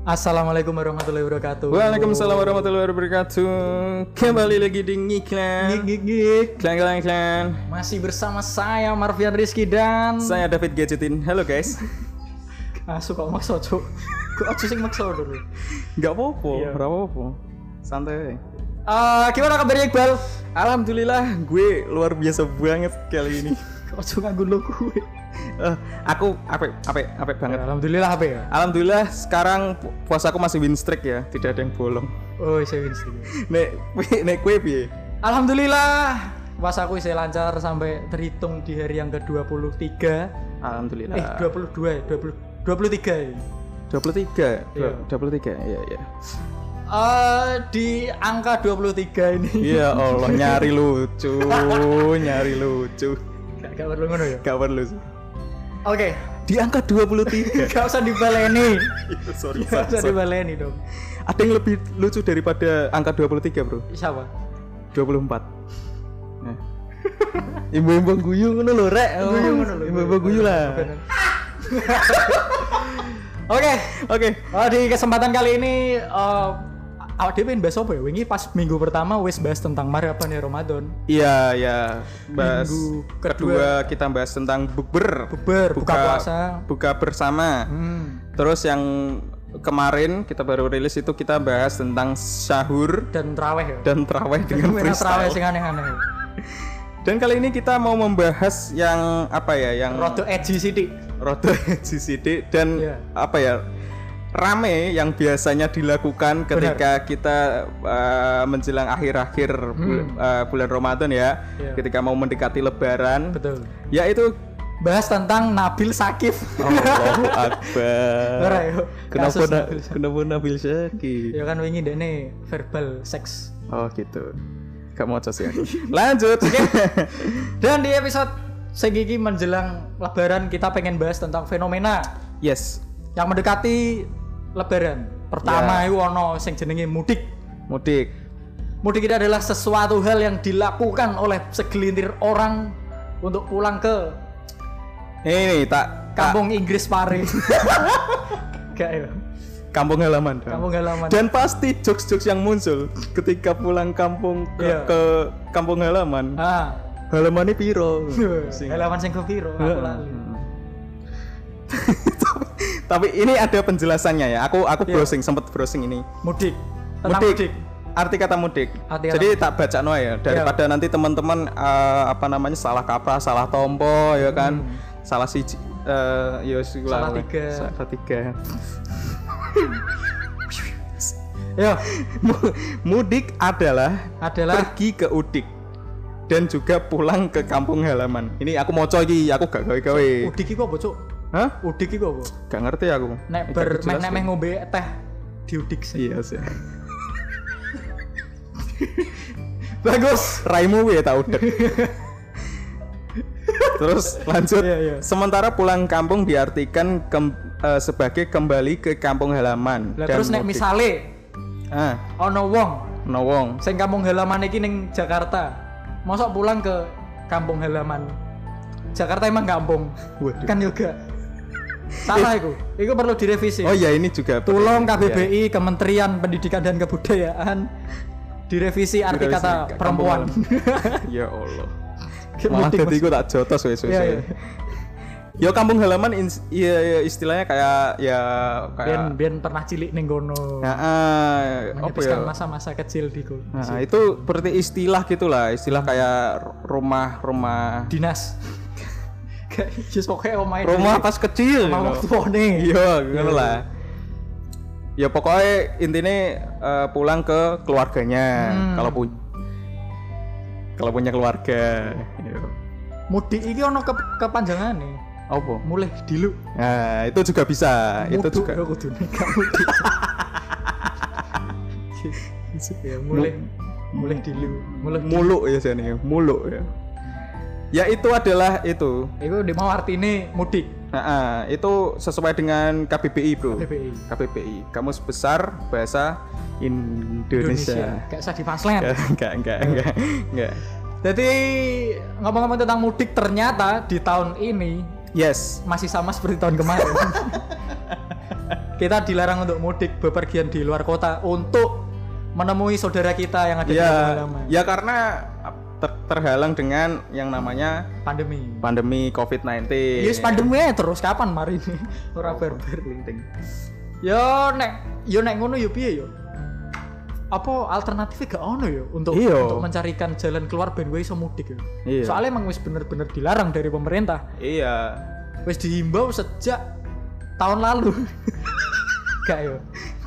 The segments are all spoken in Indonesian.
Assalamualaikum warahmatullahi wabarakatuh. Waalaikumsalam warahmatullahi wabarakatuh. Kembali lagi di Gig Ngiklan. gig gig. Klan klan klan. Masih bersama saya Marvian Rizky dan Saya David Gadgetin. Halo guys. Asu kok maksa, Cuk. Kok asu sing maksa dulu. Gak apa-apa, Iya. gak apa-apa. Santai. Eh, gimana kabar Iqbal? Alhamdulillah gue luar biasa banget kali ini. Kok asu nganggo lo kuwe. Eh, aku ape ape ape banget. Alhamdulillah apa ya? Alhamdulillah sekarang pu- puasaku masih win streak ya, tidak ada yang bolong. Oh, saya win sih. Nek nek kue piye? Alhamdulillah. Pas aku isi lancar sampai terhitung di hari yang ke-23. Eh, Alhamdulillah. 22 ya, 20 23 ya. 23. Iya. 23. Iya, iya. Eh, di angka 23 ini. Ya Allah, nyari lucu, nyari lucu. Gak, gak perlu ngono ya. Gak perlu sih. Oke, Di angka 23. gak usah dibaleni. Iya, sorry, Gak usah sorry. dibaleni dong. Ada yang lebih lucu daripada angka 23, Bro. Siapa? 24. Nah. Ibu-ibu guyu ngono lho, Rek. Oh, Guyu ngono lho. Ibu-ibu guyu lah. Bener. Oke, Oke. oh, di kesempatan kali ini eh, awak dhewe pengen bahas apa ya? Wingi pas minggu pertama wis bahas tentang maraton ya Ramadan. Iya, ya. Bahas Minggu kedua. kedua kita bahas tentang bukber. Bukber, buka puasa. Buka bersama. Hmm. Terus yang kemarin kita baru rilis itu kita bahas tentang sahur Dan traweh ya. dan terawih dengan Fenomena traweh freestyle. Hmm. sing aneh-aneh. Dan kali ini kita mau membahas yang apa ya, yang Rodo edgy sithik. roto GCD dan Iya. apa ya rame yang biasanya dilakukan ketika kita uh, menjelang akhir-akhir bul- uh, bulan Ramadan ya Hmm. Iya. ketika mau mendekati lebaran ya Betul. yaitu Bahas tentang Nabil Sakif. Allahu Akbar Ora yo. Oh. kenapa Kasus na- Nabil Syakib. kenapa Nabil Syakib Ya kan wingi dene verbal seks. oh gitu gak mau cos ya lanjut Dan di episode segigi menjelang Lebaran kita pengen bahas tentang fenomena yes yang mendekati Lebaran. Pertama Iya. itu ono sing jenenge mudik. mudik Mudik itu adalah sesuatu hal yang dilakukan oleh segelintir orang untuk pulang ke ini tak tak- kampung Inggris Pare. Gak ya. kampung halaman dong. Kampung halaman. dan pasti jokes-jokes yang muncul ketika pulang kampung ke, Iya. ke kampung halaman Ah. halamannya piro Sing- Halaman sing kepiro aku Heeh. lali. tapi ini ada penjelasannya ya aku aku Iya. browsing sempet browsing ini Mudik. Tentang mudik. arti kata mudik Arti kata Iya. jadi tak baca no ya daripada nanti teman-teman eh, apa namanya salah kaprah salah tompo ya kan salah si yo sih Hmm. Salah lah. tiga. salah tiga Yo, Mu- mudik adalah adalah pergi ke Udik dan juga pulang ke kampung halaman. Ini aku mau coy, aku gak gawe-gawe. mudik iku apa, Cuk? Hah? Udik iku apa? Gak ngerti aku. Nek Gak ber jelas nek nek ya. meh ngombe teh diudik sih. Iya sih. Bagus. Raimu ya tau dek. Terus lanjut. Iya, iya. Sementara pulang kampung diartikan kem- eh, sebagai kembali ke kampung halaman. Lah dan terus nek mudik. misale ah, ono wong nowong. sing kampung halaman iki ning Jakarta. Mosok pulang ke kampung halaman. Jakarta emang kampung. Waduh. Eh. Kan juga. Salah iku. Iku perlu direvisi. Oh ya ini juga. Tolong Iya. KBBI Kementerian Pendidikan dan Kebudayaan direvisi arti Direvisi kata kampung perempuan. Ya Allah. Kayak malah mudik, jadi Mas. gue tak jotos wes wes Iya, wes. iya. Yo Ya, kampung halaman ins- iya, iya, istilahnya kayak ya kayak Bian, bian pernah cilik ning kono. Nah, ah, apa ya? Menghabiskan masa-masa kecil di kono. Nah, itu berarti istilah gitulah, istilah Hmm. kayak rumah rumah dinas kayak just pokoknya omahe rumah pas kecil. dhewe. gitu. Omah Eh, waktu pone Iya, gitu lah. iya. Ya pokoknya intinya eh, pulang ke keluarganya Hmm. kalau punya kalau punya keluarga. Iya. mudik iki ono ke kepanjangan nih Apa? mulai dilu Nah, itu juga bisa. itu Muduk juga. ya kudu nikah mudik ya mulai mulai dilu mulai muluk ya sini muluk ya ya itu adalah itu itu di mau artine mudik nah, ah, itu sesuai dengan KBBI bro KBBI. KBBI Kamus Besar Bahasa Indonesia, Ya. Indonesia gak usah dipaslet Enggak, enggak enggak enggak enggak jadi ngomong-ngomong tentang mudik ternyata di tahun ini yes masih sama seperti tahun kemarin kita dilarang untuk mudik bepergian di luar kota untuk menemui saudara kita yang ada di ya lama-lama ya karena ter- terhalang dengan yang namanya pandemi. pandemi COVID-19 Yes, pandemi aja terus kapan mari ini ora barbar. Linting. Yo nek yo nek ngono yo piye yo? Apa alternatifnya gak ono yo untuk Iya. untuk mencarikan jalan keluar ben gue iso mudik yo. Iya. Soalnya emang wis bener-bener dilarang dari pemerintah. iya Wis dihimbau sejak tahun lalu. gak yo.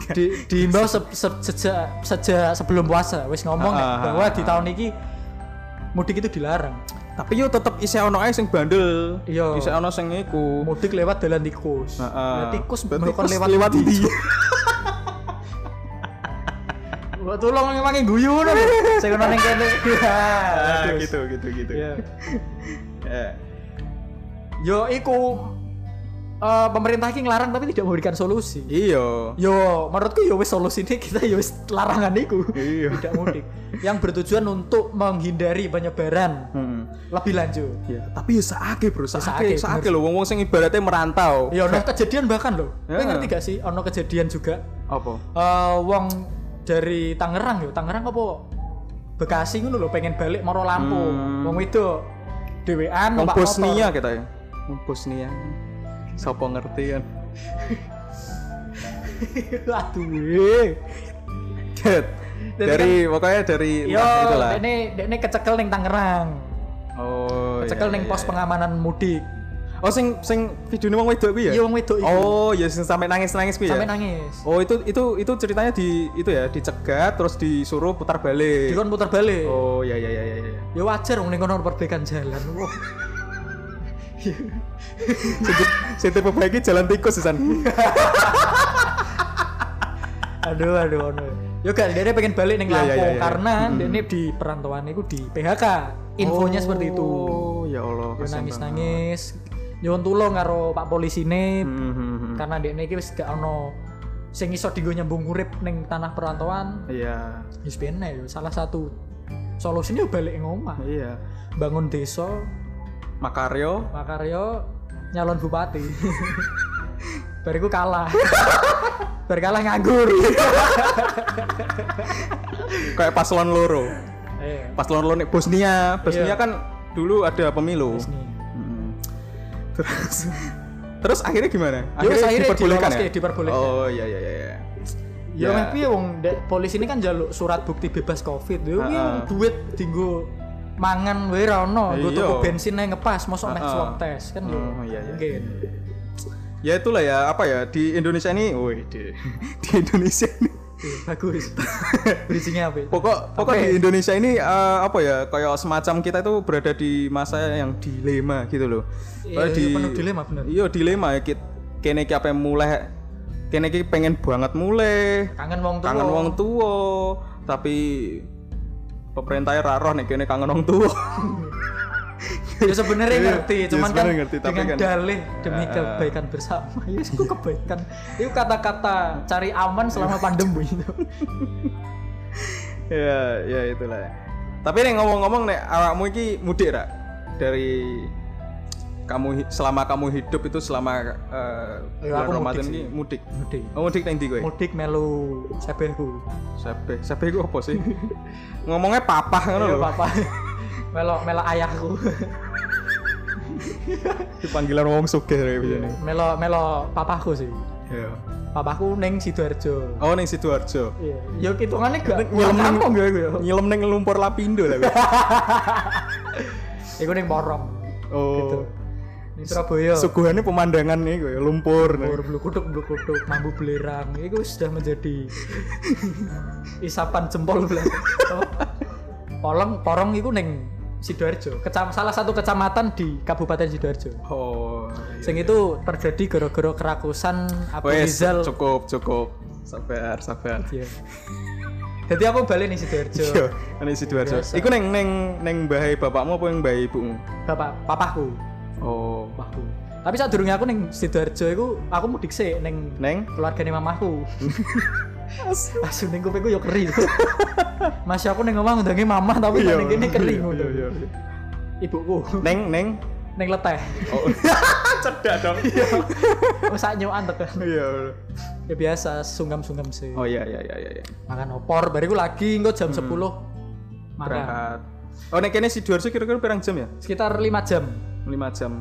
Di, dihimbau se- se- sejak sejak sebelum puasa wis ngomong nek Ah, ah, bahwa ah, di tahun ini mudik itu dilarang. tapi yo tetep isih ono ae sing bandel Iya. isih ono sing iku Mudik lewat dalan tikus. Nah, ah. Lah, tikus Berarti melakukan tikus lewat lewat di. ndi? Wah, tolong emang guyu ngono. Saya ngono ning kene. Ya, Ah, bagus. gitu gitu gitu Ya. Ya. Yo iku eh, pemerintah iki ngelarang tapi tidak memberikan solusi. iya Yo, menurutku yo wis solusine kita yo wis larangan iku. Iya. Tidak mudik. Yang bertujuan untuk menghindari penyebaran Hmm. lebih lanjut. Ya, tapi ya saake bro, Iya. saake, Iya. saake, saake lho wong-wong sing ibaratnya merantau. Yo, ono kejadian bahkan loh. Kowe Ya. ngerti gak sih ono kejadian juga Apa? eh wong dari Tangerang yo, Tangerang apa Bekasi ngono lho pengen balik Moro Lampung. Hmm. Wong itu dhewean Wong numpak motor. Bosnia kita ya. Wong Bosnia. Sopo ngerti kan? Aduh. eh. weh. Dad. Dad, Dari pokoknya dari Yo, entah itulah. kan- Iya, ini ini kecekel ning Tangerang. Oh, Kecekel iya, ning iya, pos iya. pengamanan mudik. Oh, sing sing videone wong wedok kuwi ya? Iya, wong wedok iku. Oh, ya sing sampe nangis-nangis kuwi ya. Sampai nangis. Oh, itu itu itu ceritanya di itu ya, dicegat terus disuruh putar balik. Dikon putar balik. Oh, ya ya ya ya ya. Ya wajar wong ning kono ono perbaikan jalan. Wah. Sing diperbaiki jalan tikus sisan. aduh aduh aduh. Yo gak dia pengen balik ning Iya, iya, Lampung iya, iya. karena dene di perantauan itu di PHK. Infonya seperti itu. Oh, ya Yo Allah. kasihan banget. nangis-nangis. Nyuwun tulung karo Pak polisine Hmm, hmm, hmm. karena dekne iki wis gak ono sing iso digo nyambung urip ning tanah perantauan. Iya. Wis bener yo salah satu solusinya yo balik ing omah. Iya. bangun desa Makaryo Makaryo nyalon bupati bariku kalah Bar kalah nganggur kayak paslon loro. eh Paslon loro nih Bosnia. Bosnia Iya. kan dulu ada pemilu. terus nih Mm. Terus terus akhirnya gimana? Terus akhirnya ya? diloloskan, diperbolehkan. Oh iya iya iya. iya. ya yeah. wong dek, polisi ini kan jaluk surat bukti bebas covid yo kuwi Ha-ha. wong duit tinggu mangan wae ra ono nggo Iya. tuku bensin ae ngepas mosok meh Ha-ha. swab test kan yo Oh, iya, iya, mungkin Ya itulah ya apa ya di Indonesia ini, woi di, di Indonesia ini Iya, bagus bridgingnya apa pokok pokok di Indonesia ini eh, apa ya kayak semacam kita itu berada di masa yang dilema gitu loh. Iya, Kayak iya, penuh dilema, bener. Iya dilema ya kit. Kene ki apa yang mulai kene ki pengen banget mulai kangen wong tua kangen wong tua tapi pemerintahnya raroh nih kene kangen wong tua. ya sebenarnya Iya, ngerti iya, cuman kan sebenarnya ngerti, tapi dengan kan- dalih demi Ah, ah. kebaikan bersama ya itu kebaikan itu kata-kata cari aman selama pandemi itu ya ya itulah. Tapi nih ngomong-ngomong nih awakmu iki mudik ra dari kamu hi- selama kamu hidup itu selama eh, Ya, bulan aku mudik Ramadan sih. ini mudik. mudik Oh, mudik nang ndi kowe? mudik melu sebehku Sebe, sebe iku apa sih? Ngomongnya papah ngono ya lho. papa melo melo ayahku Dipanggilan wong sugih kayak biasanya. melo melo papaku sih Iya. papaku neng sidoarjo Oh, ning Sidoarjo. iya ya hitungannya gak Nyelem ning kampung ya gue Nyelem ning lumpur Lapindo lah. kowe. ya gue neng porong gitu Oh. Iya. neng surabaya Suguhannya pemandangan nih gue lumpur. Bor bulu kuduk bulu kuduk mambu belerang itu sudah menjadi eh, isapan jempol belas. Polong porong itu neng sidoarjo, kecam salah satu kecamatan di Kabupaten sidoarjo. Oh. iya. Sing itu terjadi gara-gara kerakusan Abu Wes, Rizal. cukup, cukup. Sabar, sabar. Iya. Jadi aku balik nih sidoarjo, Yo, ini Sidoarjo. Biasa. Iku neng neng neng bahe bapakmu apa yang bahe ibumu? bapak papaku, Oh, papaku. Tapi saat durungnya aku neng sidoarjo, itu aku mudik sih neng neng. keluarga mamaku. Asu ning kupingku yo keri. Masih aku ning omah ngundangi mamah tapi Iya, ning kene keri iya, ngono. iya, iya, iya. Ibuku Neng, neng. ning leteh. Oh, cedak dong. Wes sak nyokan tekan. Iya. ya biasa sunggam-sunggam sih Oh iya iya iya iya. iya. makan opor bariku lagi engko jam 10 makan Hmm. Berangkat. Oh nek kene Sidoarjo kira-kira pirang jam ya? sekitar 5 jam 5 jam.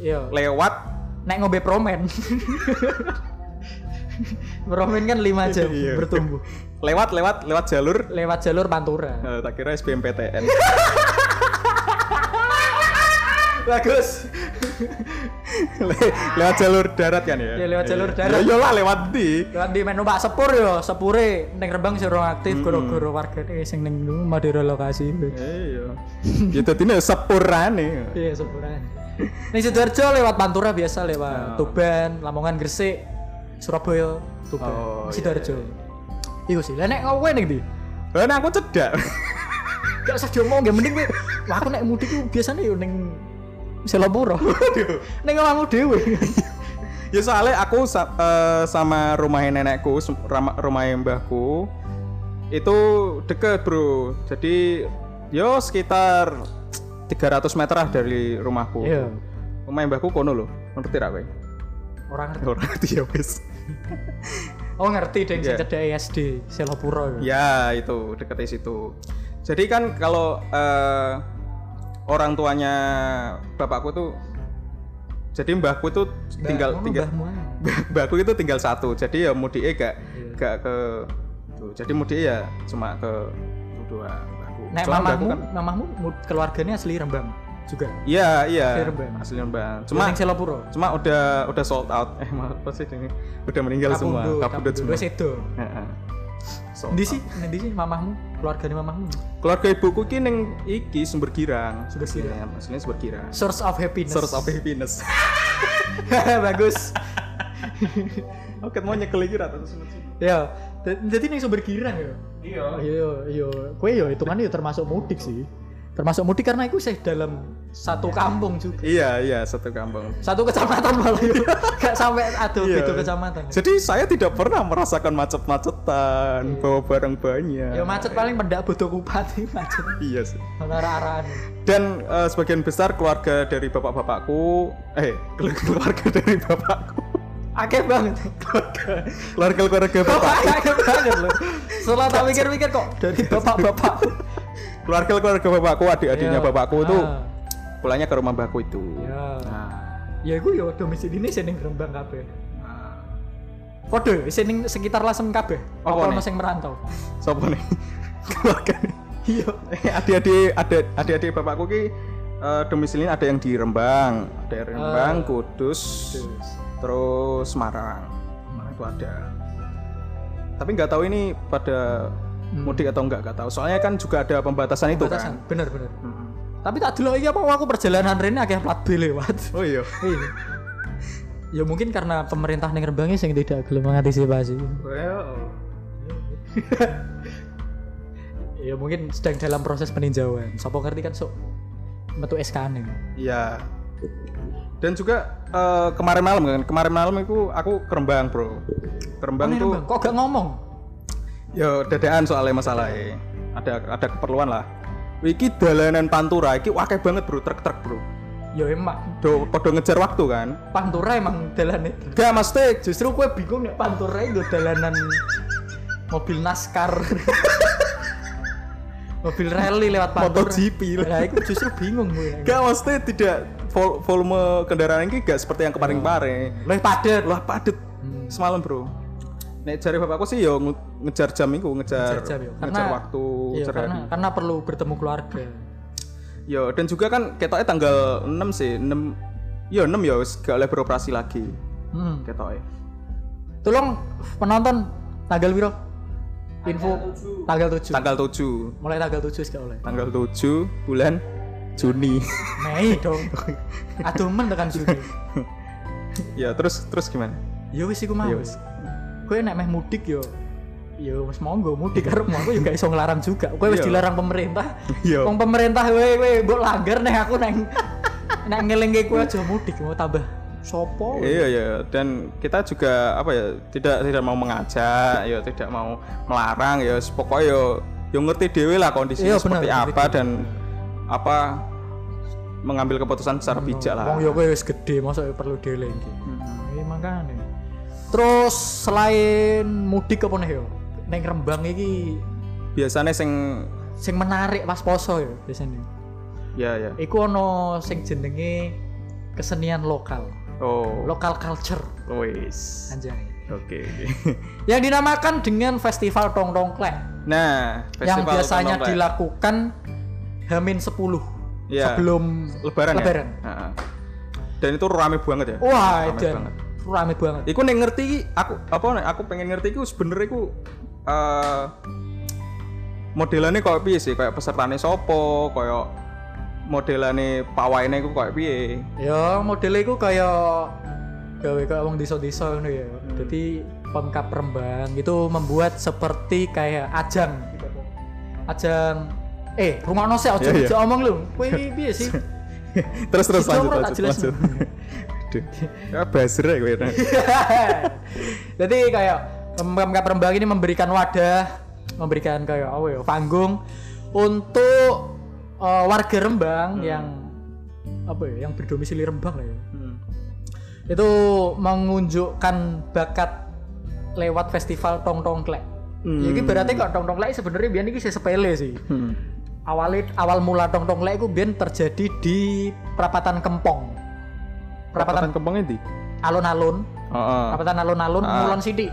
iya Lewat nek ngombe promen promen kan 5 jam Iya. bertumbuh lewat lewat lewat jalur lewat jalur pantura Eh, tak kira SBMPTN. bagus Le- lewat jalur darat kan ya? Ya, lewat jalur Iya. darat. Ya iyalah lewat di. lewat di menu Pak Sepur yo sepure ning Rembang sing ora aktif goro-goro warga eh, sing ning e. dulu mau direlokasi Iya. Ya dadi nek sepurane. iya sepurane ning Sidoarjo lewat Pantura biasa Ah. lewat Tuban Lamongan Gresik Surabaya Tuban Oh, iya, Sidoarjo Iku sih, lah nek kowe ning ndi? Lah nek aku cedak. Gak usah diomong, ya mending kowe. Wah, aku nek mudik ku biasanya yo ning Selopuro. Ning omahmu dhewe. ya soalnya aku sa- eh, sama rumahnya nenekku, sum- rama- rumahnya mbahku itu deket bro. Jadi yo sekitar 300 meter lah dari rumahku. Iya. Rumah mbahku kono loh. Ngerti ra kowe? Orang ngerti. Ora ngerti ya wis. Oh, ngerti deng sing Iya. cedhake SD Selopuro. yo. Ya itu deketnya situ. Jadi kan kalau eh, orang tuanya bapakku tuh, jadi mbahku Mbak, tuh tinggal ngono tinggal mbahmu ae. mbahku itu tinggal satu. Jadi ya mudie Iya. gak gak ke tuh. Jadi mudie ya cuma ke itu dua mbahku. Nek Soalnya mamahmu, mbahku kan- mamahmu mu- keluarganya asli Rembang juga. Iya iya. Asli Rembang. Iya, Asli Rembang. Cuma Cuma Selopuro. cuma udah udah sold out. Eh maaf, apa sih ini? Udah meninggal Iya, semua. Kapundhut semua. Wis edo. Heeh. Sold Ndi out. sih? Nek Ndi sih mamahmu? Keluargane mamahmu? keluarga ibuku ki ning iki sumber girang Sumber Girang. Iya, aslinya sumber girang Source of happiness. source of happiness bagus. oke mau nyekel iki rata sini Ya, d- jadi ning sumber girang ya. iya Iya, iya. Kue yo hitungannya yo termasuk mudik sih. Termasuk mudik karena iku sih dalam satu kampung juga. iya iya satu kampung Satu kecamatan malah yo. Gak sampai aduh Iya. gitu kecamatan. jadi saya tidak pernah merasakan Iya. macet-macetan bawa barang banyak Ya macet paling mendak butuh kupati macet. iya sih Arah-arahan. dan eh, sebagian besar keluarga dari bapak-bapakku eh keluarga dari bapakku Akeh banget. keluarga keluarga keluarga bapak Bapak akeh banget loh. Setelah tak mikir-mikir kok dari bapak-bapak. keluarga keluarga bapakku adik-adiknya Iya. bapakku tuh Ah. pulangnya ke rumah mbahku itu Iya. nah Ya iku yo domisili ini sing ning Rembang kabeh. ah. Kode sing ning sekitar Lasem kabeh. Apa Apa nih? ono sing merantau? Sopo nih? Keluarga nih. Iya. Eh, Adik-adik adik adik-adik bapakku ki eh, domisilinya ada yang di Rembang, ada yang di Rembang, Ah. Kudus, terus Semarang. Semarang itu ada. Tapi nggak tahu ini pada mudik atau nggak nggak tahu. Soalnya kan juga ada Hmm. pembatasan, itu kan. Hmm. Batasan. Bener bener. Mm-mm. Tapi tak delok iki apa aku perjalanan rene akeh plat B lewat. Oh iya. Iya. ya mungkin karena pemerintah ning Rembangnya sing tidak gelem mengantisipasi. oh. ya mungkin sedang dalam proses peninjauan. Sopo ngerti kan sok metu SKN. Iya. Dan juga eh, kemarin malam kan, kemarin malam itu aku ke Rembang, Bro. Ke Rembang tuh Rembang. Kok gak ngomong? Yo dadaan ya soalnya masalahnya. Ada ada keperluan lah. Iki dalanan Pantura iki akeh banget bro truk-truk bro. Ya emang Do podo ngejar waktu kan. Pantura emang dalan itu. Gak mas Tik. Justru gue bingung nih Pantura itu dalanan mobil NASCAR. mobil rally lewat Pantura. MotoGP Iya, lah. Lah iku justru bingung gue. Gak mas Tik, tidak vol- volume kendaraan ini gak seperti yang kemarin-kemarin. Lebih Hmm. padat Hmm. loh. Lah padet semalam bro. Nek jari bapakku sih yo nge- ngejar jam itu ngejar Ngejar jam, yo. ngejar Karena- waktu Iya, ngejar karena, hari. karena perlu bertemu keluarga. Yo dan juga kan ketoknya tanggal 6 sih 6 yo 6 ya wis gak oleh beroperasi lagi Hmm. ketoknya. Tolong penonton tanggal piro? Info tanggal 7. Tanggal 7 Mulai tanggal 7 sih oleh. tanggal 7 bulan Juni. Mei dong. Aduh men tekan Juni. ya, terus terus gimana? Ya wis iku mau. Ya wis. Kowe nek meh mudik yo Ya wis monggo mudik karepmu aku juga iso ngelarang juga. Kowe wis Iya. dilarang pemerintah. Iya. Wong pemerintah kowe kowe mbok langgar nek aku neng nek ngelingke kowe aja mudik mau tambah sopo. Iya, iya, dan kita juga apa ya, tidak tidak mau mengajak, ya tidak mau melarang ya, pokoknya yo yo ngerti dewi lah Iya, kondisinya seperti benar, apa dan apa mengambil keputusan secara bijak ya. lah. Mm-hmm. Wong yo kowe wis gede mosok yo perlu dilengke. Iya makane. Terus selain mudik apa nih yo? Neng Rembang iki biasanya sing sing menarik pas poso yo biasanya. ya ya Iku ono sing jenenge kesenian lokal, oh lokal culture wis anjay. oke Yang dinamakan dengan Festival Tong Tong Kleng nah yang festival biasanya Tonton Lek. dilakukan Hamin 10 Iya. sebelum lebaran, Lebaran. ya Ha-ha. dan itu rame banget ya Wah, Rame dan banget. rame banget. Iku neng ngerti iki, aku apa nek aku pengen ngerti iku sebenernya iku eh modelane koyo piye sih? Kayak pesertane sopo, koyo modelane pawaine iku koyo piye? Ya modelnya iku kayak gawe kayak wong desa-desa ngono ya. Hmm. Jadi pemkap Rembang itu membuat seperti kayak ajang ajang eh rumah nose aja Iya, iya. aja omong lu kowe iki piye sih terus terus Dijawab lanjut ora tak lanjut jelas. lanjut. Aduh. Ya baser ya kowe. Ren. jadi kayak pemkap Rembang ini memberikan wadah memberikan kayak oh ya panggung untuk eh, warga Rembang yang apa ya yang berdomisili Rembang lah ya Hmm. itu mengunjukkan bakat lewat festival tong tong klek. Hmm. Jadi berarti kok tong tong klek sebenarnya biar ini sih sepele sih. Hmm. Awalnya awal mula tong tong klek itu biar terjadi di perapatan Kempong, perapatan Perapatan kembang endi? alun-alun, Heeh. perapatan alun-alun, Ah. Mulon Sidi.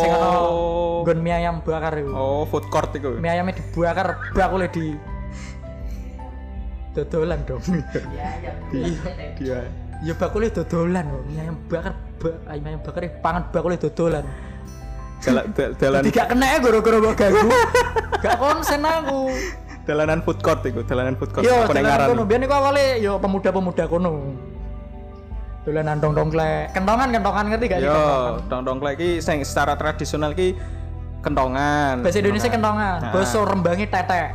Sing ana Oh. gon mie ayam bakar itu. Oh, food court iku. Mie ayamnya dibakar, bakule di dodolan dong. Iya, Dia. ya bakule dodolan kok. Mie ayam bakar, bak, ayam ayam bakar pangan bakule dodolan. Jalan dal- dalan Jadi gak kena ya gara-gara mbok ganggu. gak konsen aku. dalanan food court iku, dalanan food court. Yo, Apa neng dolanan ngaran? Iya, kono biyen iku awale yo pemuda-pemuda kono. Dolanan dong-dong klek. Kentongan kentongan ngerti gak sih? Yo, kentongan? dong-dong lagi sing secara tradisional ki kentongan. Bahasa Indonesia kentongan. Nah. Basa Rembangi tetek.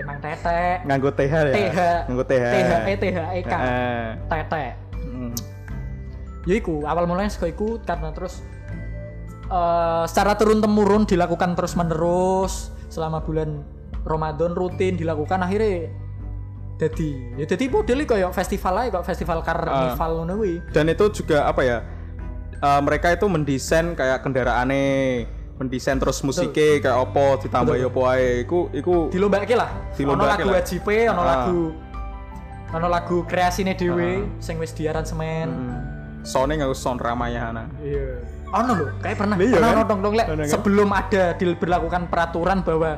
Emang tetek. Nganggo TH ya. TH. Nganggo TH. E T H E K. Heeh. Tetek. Mm. Ya iku awal mulanya saka iku karena terus eh, secara turun temurun dilakukan terus menerus selama bulan Ramadan rutin dilakukan akhirnya jadi ya jadi modelnya kayak festival aja kok festival karnival ngono kuwi. Dan itu juga apa ya? eh, mereka itu mendesain kayak kendaraannya mendesain terus musiknya kayak opo ditambah opo ae iku iku dilombake lah ono Dilombake lagu lah. wajib ono Ah. lagu ono lagu kreasine dhewe sing wis diaransemen mm, soundnya nganggo sound Ramayana iya ono lho kayak pernah Iya pernah kan? ono tong lek Ono kan? sebelum ada diberlakukan peraturan bahwa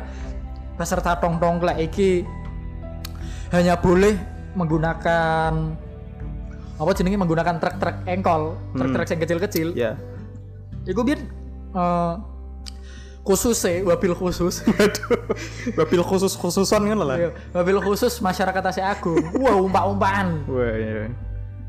peserta tong tong lek iki hanya boleh menggunakan apa jenenge menggunakan truk-truk engkol, truk-truk yang kecil-kecil. ya Iku biar khusus e, wabil khusus. Babil khusus khususan kan lah Iya, wabil khusus masyarakat Asia Agung. Wah, umpak-umpakan. wah iya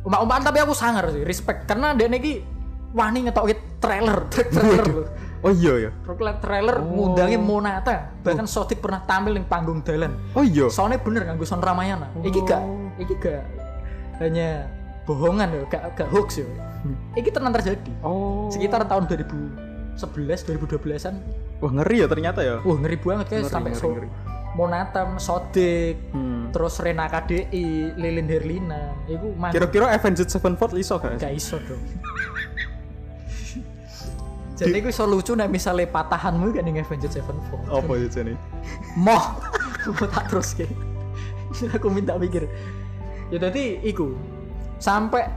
Umpak-umpakan tapi aku sangar sih, respect karena dia iki wani ngetokke trailer, trek trailer lho. oh iya ya Trek trailer ngundangi Monata, bahkan Sodik pernah tampil ning panggung dalan. oh iya Soalnya bener nganggo son Ramayana. Iki gak, Oh. iki gak hanya bohongan ya, gak gak hoax ya. Iki tenan terjadi. Hmm. oh Sekitar tahun 2011 2012-an. wah ngeri ya ternyata ya Wah, ngeri banget guys sampai ngeri, so ngeri. Monata, Sodik, Hmm. terus Rena KDI, Lilin Herlina, itu mah Kira-kira Avenged Sevenfold iso gak? gak iso dong. Jadi gue iso lucu nek misalnya patahanmu kan ning Avenged Sevenfold. Apa ya Jenny? Moh, mau tak terus ke. aku minta pikir. Ya tadi iku sampai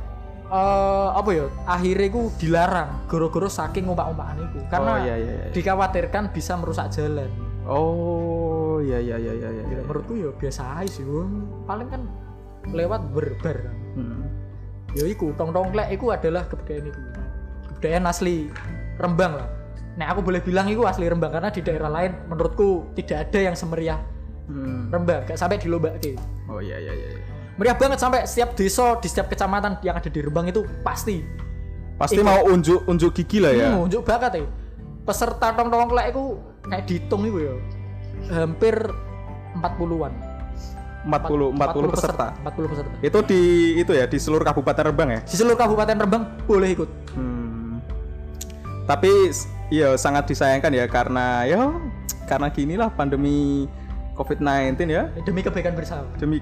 eh, apa ya akhirnya iku dilarang goro-goro saking ngompak-ngompakan iku karena Oh, iya, iya, iya. dikhawatirkan bisa merusak jalan. Oh, ya ya ya ya ya. Ya, menurutku ya biasa aja sih, wong. paling kan lewat berbar kan. Hmm. ya iku tong tongklek iku adalah kebudayaan iku kebudayaan asli Rembang lah nah aku boleh bilang iku asli Rembang karena di daerah lain menurutku tidak ada yang semeriah Hmm. Rembang gak sampai di Lombake Oh ya ya ya. ya. meriah banget sampai setiap desa di setiap kecamatan yang ada di Rembang itu pasti Pasti mau unjuk unjuk gigi lah ya. yeah. nunjuk bakat ya peserta tong tongklek iku kayak dihitung iku ya hampir 40-an 40 40 peserta. 40 peserta Itu di itu ya di seluruh kabupaten Rembang ya. di seluruh kabupaten Rembang boleh ikut Hmm. Tapi s- ya sangat disayangkan ya karena ya karena gini lah pandemi COVID-19 ya. demi kebaikan bersama Demi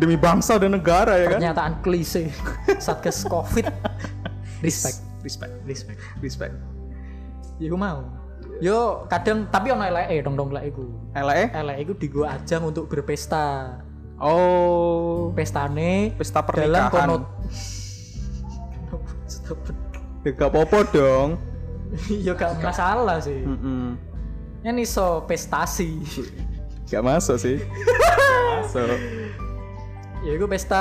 demi bangsa dan negara ya kan. pernyataan klise Satgas Covid. Respect. respect respect respect ya gue mau yo kadang tapi ono eleke dong dong eleke iku LE eleke iku digo ajang untuk berpesta oh pestane pesta dalam konot pernikahan Stop. gak apa-apa dong ya gak masalah sih Mm-mm. ini so pestasi gak masuk sih Gak masuk ya itu pesta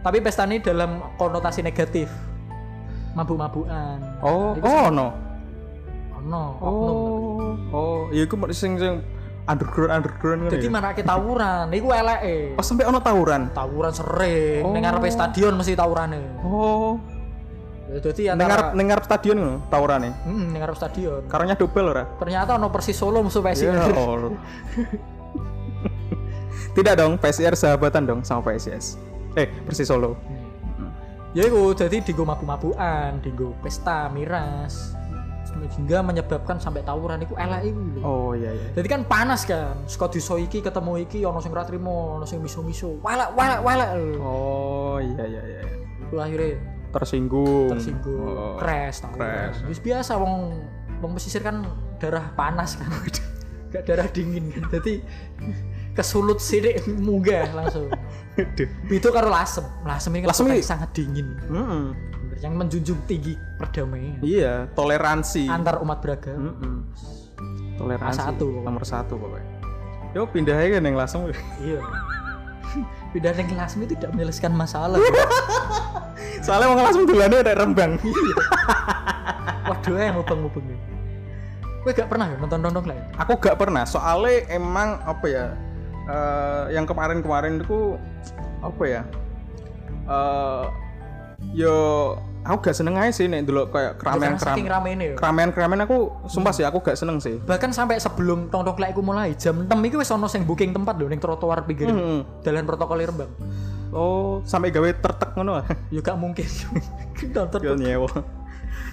tapi pesta ini dalam konotasi negatif mabuk-mabukan oh oh no oh no oknum oh oh ya iku mau sing sing underground underground ngono jadi ya? mana kita tawuran itu eleke oh sampai ono tawuran tawuran sering oh. Oh. dengar stadion mesti tawurane oh ya, jadi dengar antara dengar stadion ngono tawurane Hmm, dengar stadion karonya dobel ora ternyata ono persis solo musuh PSIR Ya Allah. Tidak dong, PSR sahabatan dong sama PSS. Eh, Persis Solo. ya itu jadi digo mabuk-mabukan digo pesta miras hingga menyebabkan sampai tawuran itu eleke iku lho. Oh iya iya. Jadi kan panas kan, suka diso iki ketemu iki ono sing ora trimo, ono sing miso-miso. Walak walak walak. Oh iya iya iya. Terus akhirnya Tersinggung. tersinggung, Oh. crash tau. crash. Wis biasa wong wong pesisir kan darah panas kan. Gak darah dingin kan. Jadi kesulut sidik munggah langsung. Aduh. Itu karo lasem. Lasem ini kan Lasem kota ini- yang sangat dingin. Mm-mm. Yang menjunjung tinggi perdamaian Iya, toleransi. antar umat beragama. Mm-mm. Toleransi. Satu. Nomor satu pokoknya. Yo pindah aja neng langsung. Iya. Pindah ning Lasem itu tidak menyelesaikan masalah. Soalnya mau langsung dulane ada Rembang. Waduh, eh mubeng-mubeng. Gue gak pernah ya nonton nonton lain. Aku gak pernah. Soalnya emang apa ya? eh, yang kemarin-kemarin itu apa ya? Eh yo aku gak seneng aja sih nek dulu kayak keramaian saking rame keramaian ini ya. keramaian keramaian aku sumpah sih aku gak seneng sih. Bahkan sampai sebelum nonton lain mulai jam 6 itu wis ono sing booking tempat lho ning trotoar pinggir Hmm. dalan protokol Rembang. Oh, sampai gawe tertek ngono. Ya gak mungkin. Yo nonton. nyewa.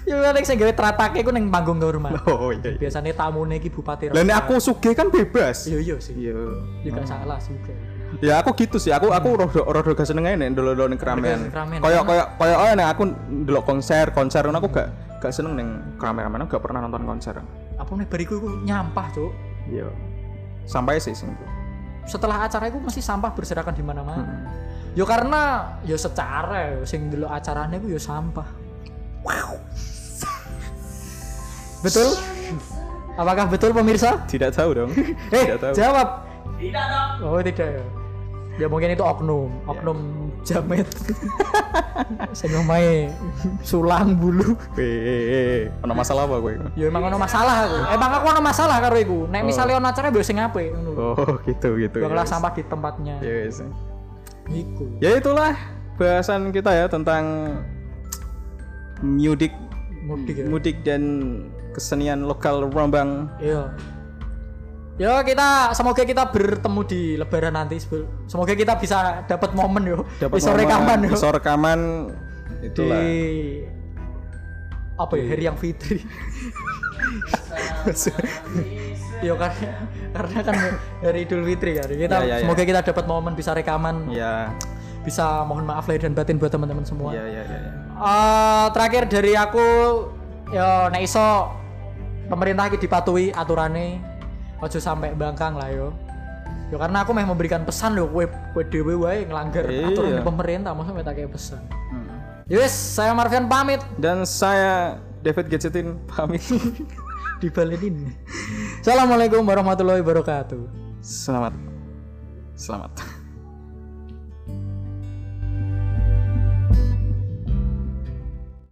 Ya nek sing gawe tratake iku ning panggung rumah. Oh iya. iya. Biasanya tamune iki bupati. Lah Hmm. nek aku sugih kan bebas. Iya iya sih. Iya. Ya gak salah juga. Ya aku gitu sih, aku aku rodo rodo gak seneng aja nek dulu ning keramaian. Keramaian. Koyok koyok koyok oh nek aku ndelok konser konser ngono aku gak gak seneng ning keramaian keramaian aku gak pernah nonton konser. Apa nih bariku iku nyampah, Cuk. Iya. Sampai sih sing itu. Setelah acara itu mesti sampah berserakan di mana-mana. Hmm. Yo karena yo secara yo sing dulu acaranya gue yo sampah. betul? Apakah betul pemirsa? Tidak tahu dong. Eh, Tidak tahu. jawab. Tidak dong. Oh, tidak ya. Ya mungkin itu oknum, oknum jamet. Sing omahe sulang bulu. Eh, ono masalah apa gue? Ya emang ono masalah aku. Oh. Emang aku ono masalah karo iku. Nek misalnya ono acara biasa sing apik ngono. Oh, gitu gitu. Bakal ya wis. sampah di tempatnya. Ya wis. Iku. Ya itulah bahasan kita ya tentang mudik Mudik ya. mudik dan kesenian lokal Rembang. Iya. Yo kita semoga kita bertemu di Lebaran nanti. Sebel- Semoga kita bisa dapat momen yo. bisa momen, rekaman yo. Bisa rekaman Di itulah. apa ya hari yang fitri. yo karena karena kan hari Idul Fitri kan. Kita Ya, ya, ya. semoga kita dapat momen bisa rekaman. Ya, Bisa mohon maaf lahir dan batin buat teman-teman semua. ya, ya, ya. ya. Eh, terakhir dari aku yo nek iso pemerintah iki dipatuhi aturane ojo sampai bangkang lah yo yo karena aku meh memberikan pesan yo kowe kowe dhewe wae nglanggar Iya. aturan pemerintah masa tak kayak pesan Hmm. yes saya Marvian pamit Dan saya David Gadgetin pamit. dibalenin Assalamualaikum warahmatullahi wabarakatuh selamat. Selamat.